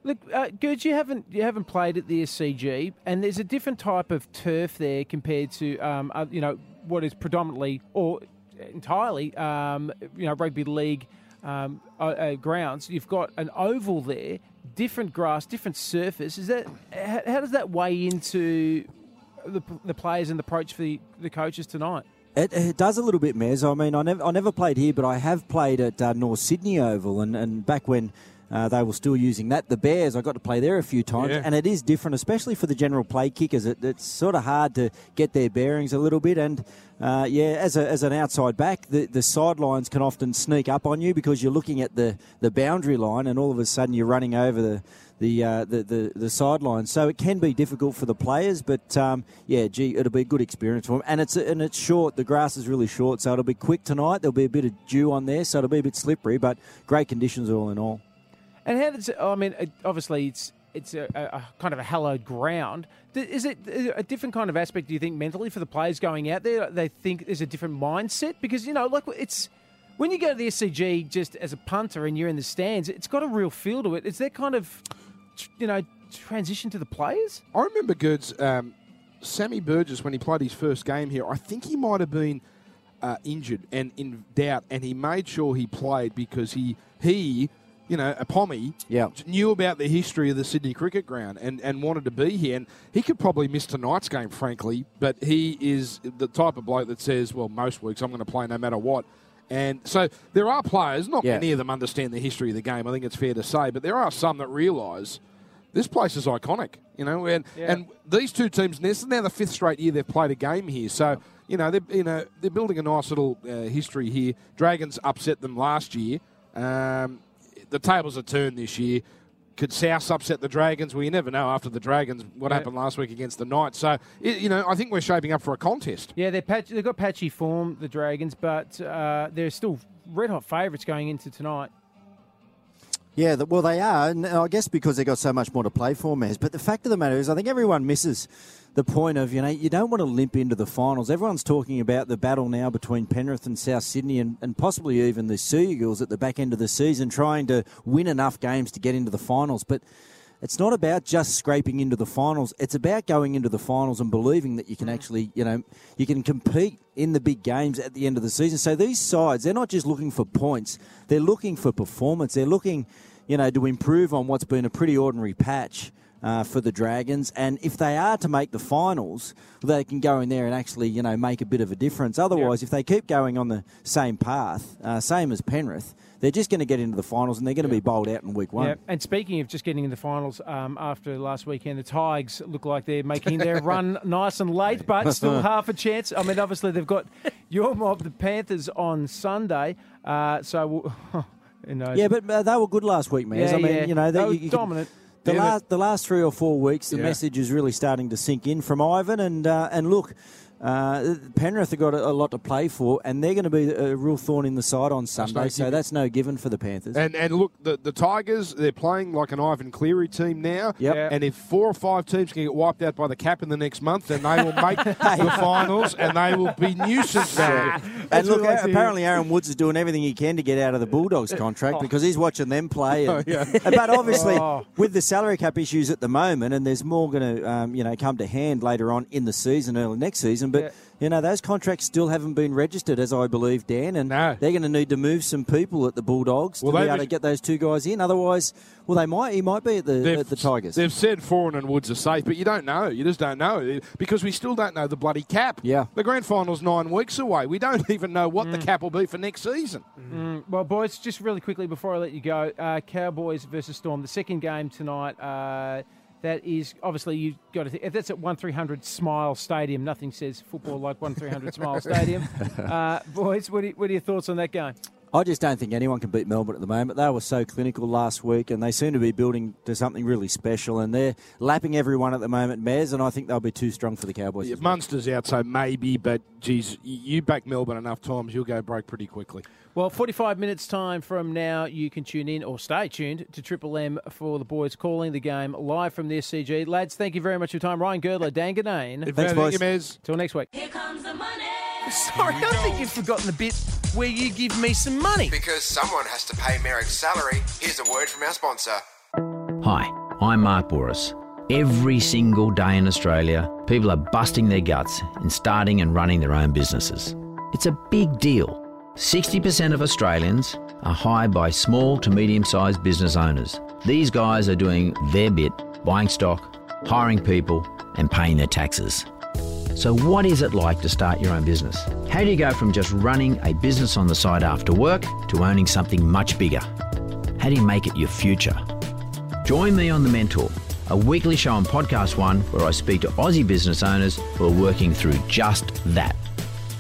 C: Look, uh, Gurj, you haven't you haven't played at the SCG, and there's a different type of turf there compared to um, uh, you know what is predominantly or entirely um, you know rugby league um, uh, uh, grounds. You've got an oval there, different grass, different surface. Is that how, how does that weigh into the, the players and the approach for the, the coaches tonight?
J: It, it does a little bit, Mez. I mean, I never, I never played here, but I have played at uh, North Sydney Oval, and, and back when uh, they were still using that, the Bears, I got to play there a few times,
L: Yeah.
J: and it is different, especially for the general play kickers. It, it's sort of hard to get their bearings a little bit, and uh, yeah, as, a, as an outside back, the, the sidelines can often sneak up on you because you're looking at the, the boundary line, and all of a sudden you're running over the the, uh, the, the the sideline. So it can be difficult for the players, but um, yeah, gee, it'll be a good experience for them. And it's and it's short. The grass is really short, so it'll be quick tonight. There'll be a bit of dew on there, so it'll be a bit slippery, but great conditions all in all.
C: And how does I mean? it- Obviously, it's it's a, a, a kind of a hallowed ground. D- Is it a different kind of aspect? Do you think mentally for the players going out there, they think there's a different mindset because you know, like it's when you go to the SCG just as a punter and you're in the stands, it's got a real feel to it. Is that kind of you know transition to the players?
L: I remember Goods, um, Sammy Burgess, when he played his first game here, I think he might have been uh, injured and in doubt, and he made sure he played because he, he you know, a pommy,
J: Yeah.
L: knew about the history of the Sydney Cricket Ground and, and wanted to be here. And he could probably miss tonight's game, frankly, but he is the type of bloke that says, well, most weeks I'm going to play no matter what. And so there are players, not
J: Yeah.
L: many of them understand the history of the game, I think it's fair to say, but there are some that realise this place is iconic, you know, and,
J: Yeah.
L: and these two teams, this is now the fifth straight year they've played a game here. So, you know, they're, you know, they're building a nice little uh, history here. Dragons upset them last year. Um, the tables are turned this year. Could South upset the Dragons? Well, you never know after the Dragons what
C: Yeah.
L: happened last week against the Knights. So, it, you know, I think we're shaping up for a contest.
C: Yeah, they're patch, they've got patchy form, the Dragons, but uh, they're still red hot favourites going into tonight.
J: Yeah, th- well, they are, and I guess because they've got so much more to play for, Mez. But the fact of the matter is, I think everyone misses the point of, you know, you don't want to limp into the finals. Everyone's talking about the battle now between Penrith and South Sydney and, and possibly even the Seagulls at the back end of the season, trying to win enough games to get into the finals. But it's not about just scraping into the finals. It's about going into the finals and believing that you can actually, you know, you can compete in the big games at the end of the season. So these sides, they're not just looking for points. They're looking for performance. They're looking, you know, to improve on what's been a pretty ordinary patch. uh, for the Dragons. And if they are to make the finals, they can go in there and actually, you know, make a bit of a difference. Otherwise, if they keep going on the same path, uh, same as Penrith, they're just going to get into the finals and they're going to be bowled out in week one.
C: Yeah, and speaking of just getting in the finals um, after last weekend, the Tigers look like they're making their run nice and late, but still half a chance. I mean, obviously they've got your mob, the Panthers, on Sunday, uh, so we'll, you know.
J: Yeah, but uh, they were good last week, man.
C: Yeah,
J: I mean,
C: yeah.
J: you know,
C: They
J: that
C: were
J: you, you could-
C: dominant.
J: the
C: Yeah, but-
J: last the last three or four weeks, the
C: Yeah.
J: message is really starting to sink in from Ivan, and uh, and look. Uh, Penrith have got a, a lot to play for, and they're going to be a real thorn in the side on Sunday.
L: no
J: so
L: given.
J: that's no given for the Panthers.
L: And and look, the, the Tigers, they're playing like an Ivan Cleary team now.
J: Yep. Yeah.
L: And if four or five teams can get wiped out by the cap in the next month, then they will make the finals and they will be nuisance value.
J: and look, apparently Aaron Woods is doing everything he can to get out of the Bulldogs contract because he's watching them play. And,
L: Oh. Yeah.
J: But obviously,
L: Oh.
J: with the salary cap issues at the moment, and there's more going to um, you know come to hand later on in the season, early next season. But
C: Yeah.
J: you know those contracts still haven't been registered, as I believe, Dan, and they're going to need to move some people at the Bulldogs
L: Well,
J: to be
L: they
J: able
L: was-
J: to get those two guys in. Otherwise, well, they might he might be at the, at the Tigers.
L: They've said Foreign and Woods are safe, but you don't know. You just don't know because we still don't know the bloody cap.
J: Yeah.
L: The grand final's nine weeks away. We don't even know what the cap will be for next season.
C: Mm, well, boys, just really quickly before I let you go, uh, Cowboys versus Storm, the second game tonight. Uh, that is obviously you got to. Th- that's at one three hundred Smile Stadium. Nothing says football like one three hundred Smile Stadium. Uh, boys, what are, what are your thoughts on that game?
J: I just don't think anyone can beat Melbourne at the moment. They were so clinical last week, and they seem to be building to something really special. And they're lapping everyone at the moment, Mares, and I think they'll be too strong for the Cowboys.
L: Yeah, Munster's out, so maybe, but geez, y- you back Melbourne enough times, you'll go broke pretty quickly.
C: Well, 45 minutes time from now, you can tune in or stay tuned to Triple M for the boys calling the game live from the SCG. Lads, thank you very much for your time. Ryan Girdler, Dan Ganane.
L: Thanks, boys. Thank you, Mez.
C: Till next week.
K: Sorry, I think you've forgotten the bit where you give me some money.
A: Because someone has to pay Merrick's salary, here's a word from our sponsor.
M: Hi, I'm Mark Boris. Every single day in Australia, people are busting their guts and starting and running their own businesses. It's a big deal. 60% of Australians are hired by small to medium sized business owners. These guys are doing their bit, buying stock, hiring people, and paying their taxes. So, what is it like to start your own business? How do you go from just running a business on the side after work to owning something much bigger? How do you make it your future? Join me on The Mentor, a weekly show on Podcast One where I speak to Aussie business owners who are working through just that.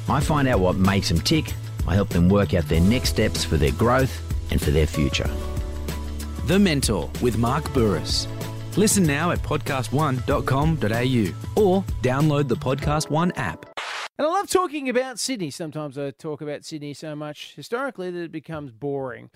M: I find out what makes them tick, I help them work out their next steps for their growth and for their future.
N: The Mentor with Mark Burris. Listen now at podcast1.com.au or download the Podcast One app.
C: And I love talking about Sydney. Sometimes I talk about Sydney so much historically that it becomes boring.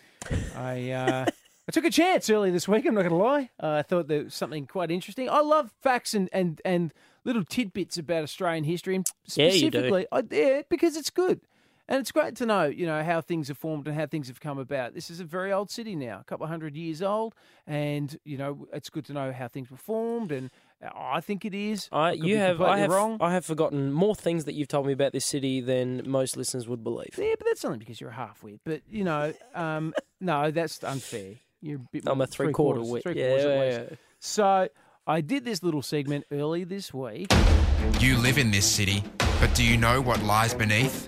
C: I uh, I took a chance early this week. I'm not going to lie. Uh, I thought there was something quite interesting. I love facts and and and little tidbits about Australian history, and
E: Yeah, you do.
C: specifically, I, yeah, because it's good. And it's great to know, you know, how things have formed and how things have come about. This is a very old city now, a couple of hundred years old, and you know, it's good to know how things were formed. And uh, I think it is.
E: I,
C: could
E: you
C: be
E: have I
C: completely
E: have
C: wrong.
E: I have forgotten more things that you've told me about this city than most listeners would believe.
C: Yeah, but that's only because you're a half wit. But you know, um, no, that's unfair. You're a bit.
E: I'm
C: more-
E: a three-quarter
C: quarters-
E: wit.
C: Three
E: Yeah,
C: quarters
E: yeah,
C: at least. So I did this little segment early this week.
A: You live in this city, but do you know what lies beneath?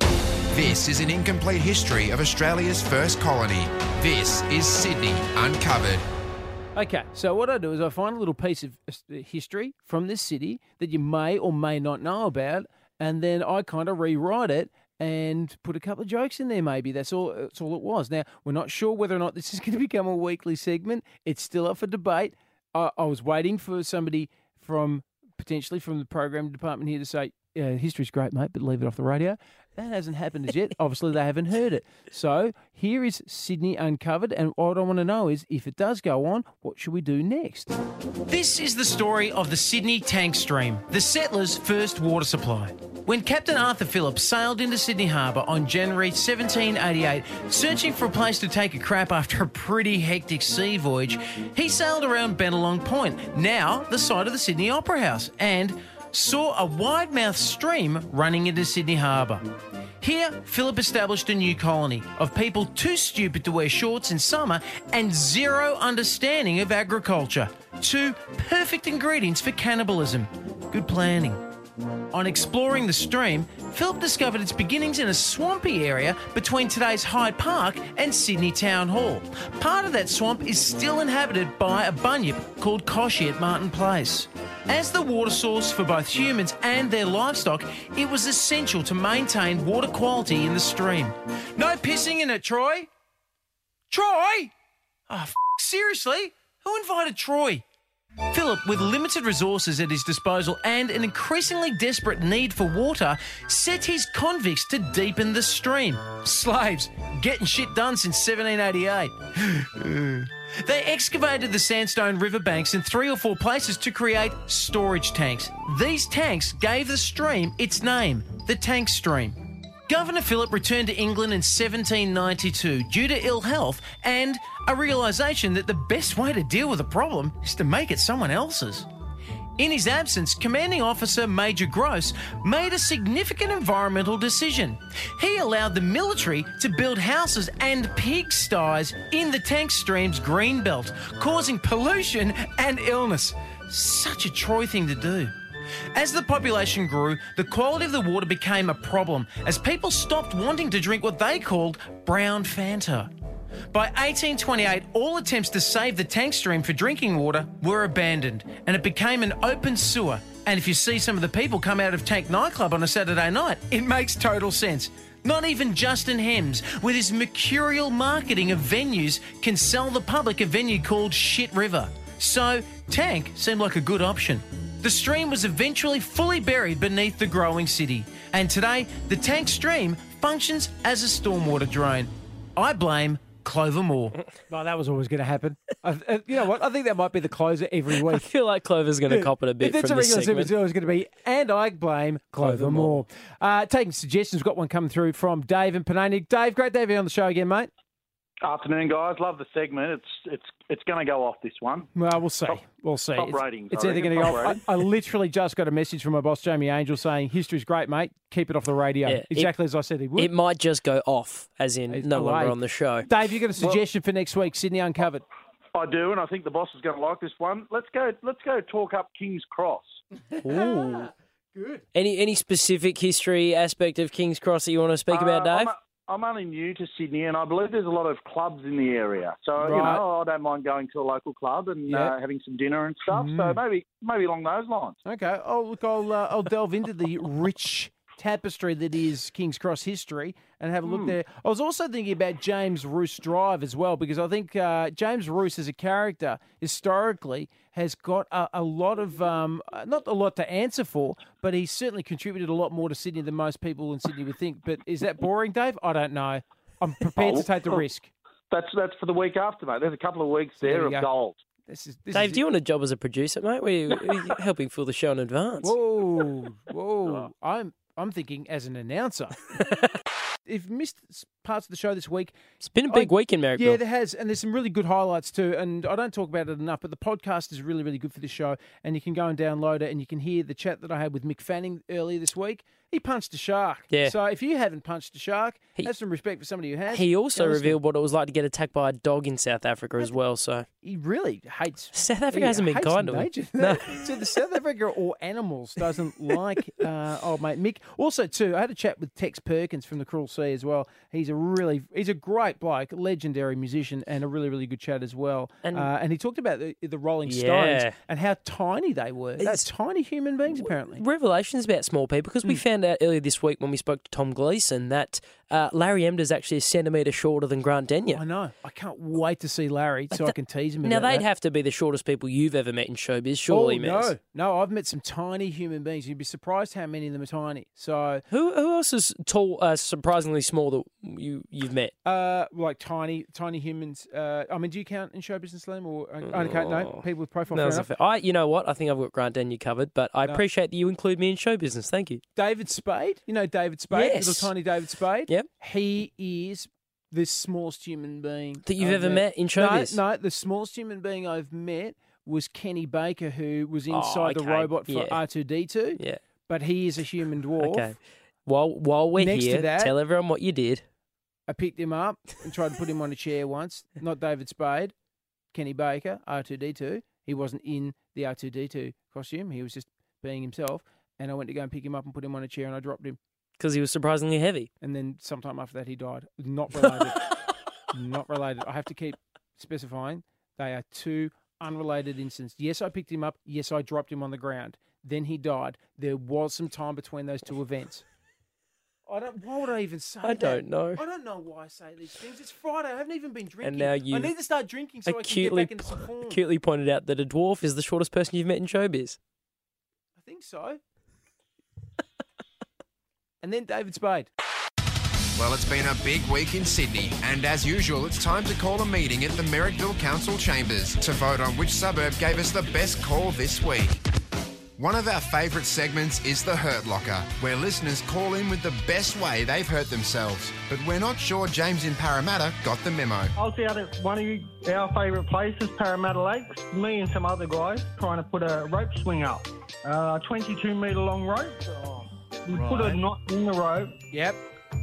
A: This is an incomplete history of Australia's first colony. This is Sydney Uncovered.
C: Okay, so what I do is I find a little piece of uh, history from this city that you may or may not know about, and then I kind of rewrite it and put a couple of jokes in there. Maybe that's all. That's all it was. Now we're not sure whether or not this is going to become a weekly segment. It's still up for debate. I, I was waiting for somebody from potentially from the program department here to say. Yeah, history's great, mate, but leave it off the radio. That hasn't happened as yet. Obviously, they haven't heard it. So here is Sydney Uncovered, and what I want to know is if it does go on, what should we do next?
K: This is the story of the Sydney Tank Stream, the settlers' first water supply. When Captain Arthur Phillips sailed into Sydney Harbour on January 1788, searching for a place to take a crap after a pretty hectic sea voyage, he sailed around Benelong Point, now the site of the Sydney Opera House, and saw a wide mouth stream running into Sydney Harbour. Here, Philip established a new colony of people too stupid to wear shorts in summer and zero understanding of agriculture. Two perfect ingredients for cannibalism. Good planning. On exploring the stream, Philip discovered its beginnings in a swampy area between today's Hyde Park and Sydney Town Hall. Part of that swamp is still inhabited by a bunyip called Koshi at Martin Place. As the water source for both humans and their livestock, it was essential to maintain water quality in the stream. No pissing in it, Troy! Troy! Oh, f- seriously? Who invited Troy? Philip, with limited resources at his disposal and an increasingly desperate need for water, set his convicts to deepen the stream. Slaves, getting shit done since 1788. they excavated the sandstone riverbanks in three or four places to create storage tanks. These tanks gave the stream its name, the Tank Stream. Governor Philip returned to England in 1792 due to ill health and a realization that the best way to deal with a problem is to make it someone else's. In his absence, commanding officer Major Gross made a significant environmental decision. He allowed the military to build houses and pigsties in the tank stream's green belt, causing pollution and illness. Such a Troy thing to do. As the population grew, the quality of the water became a problem as people stopped wanting to drink what they called brown Fanta. By 1828, all attempts to save the tank stream for drinking water were abandoned and it became an open sewer. And if you see some of the people come out of Tank Nightclub on a Saturday night, it makes total sense. Not even Justin Hems, with his mercurial marketing of venues, can sell the public a venue called Shit River. So, Tank seemed like a good option. The stream was eventually fully buried beneath the growing city, and today the Tank Stream functions as a stormwater drain. I blame Clover Moore.
C: No, that was always going to happen. I, I- you know what? I think that might be the closer every week. I
E: feel like Clover's going to cop it a bit
C: That's
E: from
C: a
E: this
C: regular super
E: segment.
C: it's always going to be. And I blame Clover,
E: Clover
C: Moore. Uh, taking suggestions, we've got one coming through from Dave and Pananic. Dave, great to have you on the show again, mate.
O: Afternoon, guys. Love the segment. It's it's it's going to go off this one.
C: Well, we'll see. we'll see.
O: top
C: it's,
O: ratings,
C: It's
O: I
C: either
O: reckon,
C: going to
O: top
C: go. I,
O: ratings.
C: I literally just got a message from my boss Jamie Angel saying history's great, mate. Keep it off the radio.
E: Yeah, it-
C: exactly as I said he would.
E: It might just go off, as in no longer
C: delayed.
E: on the show.
C: Dave, you got a suggestion for next week? Sydney Uncovered.
O: I do, and I think the boss is going to like this one. Let's go. Let's go talk up King's Cross.
E: Ooh. Good. Any any specific history aspect of King's Cross that you want to speak about,
O: Uh,
E: Dave?
O: I'm, I'm only new to Sydney, and I believe there's a lot of clubs in the area. So you
E: Right.
O: know, I don't mind going to a local club and
C: Yeah.
O: uh, having some dinner and stuff. So
C: Mm.
O: maybe maybe along those lines.
C: Okay. Oh, look, I'll uh, I'll delve into the rich tapestry that is King's Cross history and have a look
O: Hmm.
C: there. I was also thinking about James Roos Drive as well because I think uh, James Roos as a character historically has got a, a lot of um, uh, not a lot to answer for, but he's certainly contributed a lot more to Sydney than most people in Sydney would think. But is that boring, Dave? I don't know. I'm prepared
O: Oh.
C: to take the risk.
O: That's that's for the week after, mate. There's a couple of weeks
C: There
O: there,
C: we
O: of
C: go.
O: gold.
C: This is
E: Dave, do you want a job as a producer, mate? We're, we're helping fill the show in advance.
C: Whoa, whoa! I'm I'm thinking as an announcer. if missed s- parts of the show this week,
E: it's been a big week in Marrickville.
C: Yeah, there has, and there's some really good highlights too. And I don't talk about it enough, but the podcast is really, really good for this show. And you can go and download it, and you can hear the chat that I had with Mick Fanning earlier this week. He punched a shark.
E: Yeah.
C: So if you haven't punched a shark, have some respect for somebody who has.
E: He also
C: Go listen.
E: revealed what it was like to get attacked by a dog in South Africa as well. So
C: He really hates
E: South Africa
C: he
E: hasn't been
C: hates
E: kind to him.
C: nature.
E: No.
C: so the South Africa or animals doesn't like uh, oh mate Mick. Also too, I had a chat with Tex Perkins from the Cruel Sea as well. He's a really he's a great bloke, legendary musician, and a really really good chat as well.
E: And-
C: And, uh, and he talked about the, the Rolling
E: Yeah.
C: Stones and how tiny they were. They're
E: It's-
C: tiny human beings apparently.
E: revelations about small people because we
C: Hmm.
E: found out earlier this week when we spoke to Tom Gleason that uh, Larry Emder's actually a centimetre shorter than Grant Denyer.
C: I know. I can't wait to see Larry so I can tease him.
E: Now
C: about
E: they'd
C: that.
E: have to be the shortest people you've ever met in showbiz, surely,
C: oh,
E: Maz.
C: no, no, I've met some tiny human beings. You'd be surprised how many of them are tiny. So
E: Who who else is tall, uh, surprisingly small that you you've met?
C: Uh, like tiny, tiny humans. Uh, I mean, do you count in show business, Liam? Or I can't no
E: Oh.
C: people with profile.
E: No,
C: fair
E: it's
C: enough.
E: not fair. I, you know what? I think I've got Grant Denyer covered, but I
C: No.
E: appreciate that you include me in show business. Thank you.
C: David Spade. You know David Spade, little
E: Yes.
C: tiny David Spade.
E: Yep.
C: He is the smallest human being
E: That you've
C: I've
E: ever met in showbiz.
C: No, no, the smallest human being I've met was Kenny Baker, who was
E: Oh,
C: inside the
E: okay,
C: robot for
E: yeah.
C: R2D2.
E: Yeah.
C: But he is a human dwarf.
E: Okay. While while we're
C: Next to
E: here,
C: that-
E: tell everyone what you did.
C: I picked him up and tried to put him on a chair once. Not David Spade, Kenny Baker, R2D2. He wasn't in the R2D2 costume, he was just being himself. And I went to go and pick him up and put him on a chair, and I dropped him.
E: Because he was surprisingly heavy.
C: And then sometime after that, he died. Not related. not related. I have to keep specifying. They are two unrelated incidents. Yes, I picked him up. Yes, I dropped him on the ground. Then he died. There was some time between those two events. I don't. Why would I even say?
E: I
C: that?
E: don't know.
C: I don't know why I say these things. It's Friday. I haven't even been drinking.
E: And now you
C: I need to start drinking so I can get
E: acutely,
C: back into some
E: po-
C: form.
E: acutely pointed out that a dwarf is the shortest person you've met in showbiz.
C: I think so. and then David Spade.
A: Well, it's been a big week in Sydney, and as usual, it's time to call a meeting at the Merrickville Council Chambers to vote on which suburb gave us the best call this week. One of our favourite segments is the Hurt Locker, where listeners call in with the best way they've hurt themselves. But we're not sure James in Parramatta got the memo.
P: I was out at one of you- our favourite places, Parramatta Lakes, me and some other guys trying to put a rope swing up. Uh, 22 metre long rope. We put a
Q: Right.
P: knot in the rope.
C: Yep.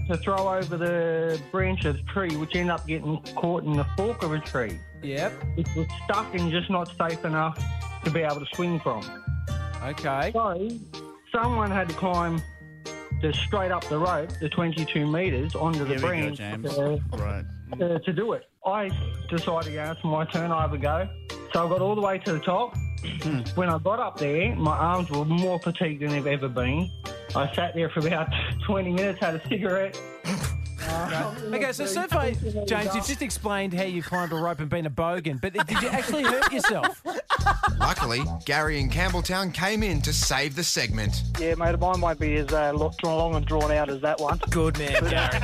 P: To throw over the branch of the tree, which ended up getting caught in the fork of a tree.
C: Yep.
P: It was stuck and just not safe enough to be able to swing from.
C: Okay.
P: So someone had to climb just straight up the rope, the 22 metres, onto
Q: Here
P: the
Q: we go,
P: branch.
Q: James.
P: uh,
Q: Right.
P: uh, to do it. I decided, yeah, it's my turn, I have a go. So I got all the way to the top. when I got up there, my arms were more fatigued than they've ever been. I sat there for about 20 minutes, had a cigarette.
C: Okay, so so far, James, you've just explained how you climbed a rope and been a bogan, but did you actually hurt yourself?
A: Luckily, Gary in Campbelltown came in to save the segment.
R: Yeah, mate, mine won't be as uh, lo- drawn long and drawn out as that one.
E: Good man,
R: Gary.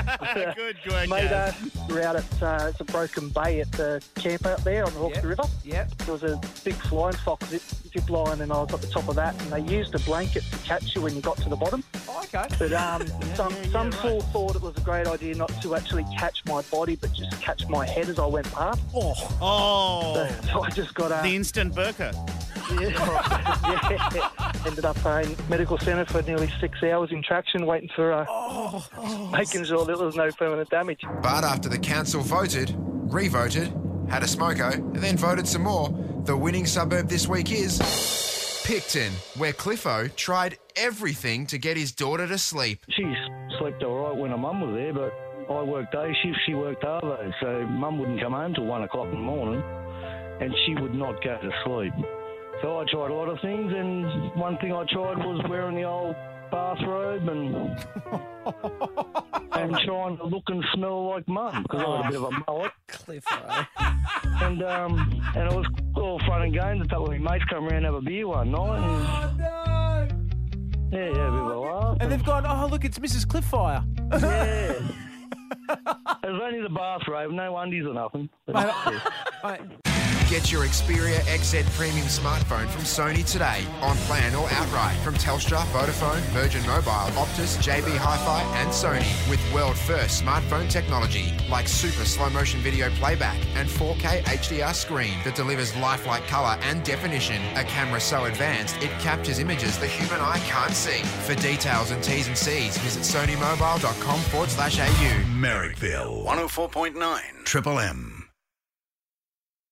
R: good, good, mate. Uh, we're out at uh, it's a broken bay at the camp out there on the Hawke's River.
C: Yep.
R: There was a big flying fox zip, zip line, and I was at the top of that, and they used a blanket to catch you when you got to the bottom.
C: Oh, okay.
R: But um, some some fool thought it was a great idea not to actually catch my body, but just catch my head as I went past.
Q: Oh. Oh.
R: So, so I just got uh,
Q: The instant burqa.
R: yeah, yeah. ended up uh, in medical centre for nearly six hours in traction, waiting for uh, making sure that there was no permanent damage.
A: But after the council voted, re-voted, had a smoko, and then voted some more, the winning suburb this week is Picton, where Cliffo tried everything to get his daughter to sleep.
S: She slept all right when her mum was there, but I worked day shift, she worked arvo, so mum wouldn't come home till one o'clock in the morning, and she would not go to sleep. So I tried a lot of things, and one thing I tried was wearing the old bathrobe and and trying to look and smell like mum because I had a bit of a mullet. And um, and it was all fun and games. until my mates come around and have a beer one night. And, Yeah, yeah, a bit of a laugh.
C: And they've gone, oh, look, it's Mrs. Cliffire.
S: Yeah. it was only the bathrobe, no undies or nothing.
A: Get your Xperia XZ Premium smartphone from Sony today, on plan or outright, from Telstra, Vodafone, Virgin Mobile, Optus, JB Hi-Fi, and Sony, with world-first smartphone technology like super slow-motion video playback and 4K HDR screen that delivers lifelike color and definition. A camera so advanced it captures images the human eye can't see. For details and T's and C's, visit SonyMobile.com forward slash AU.
T: Merrickville 104.9 Triple M.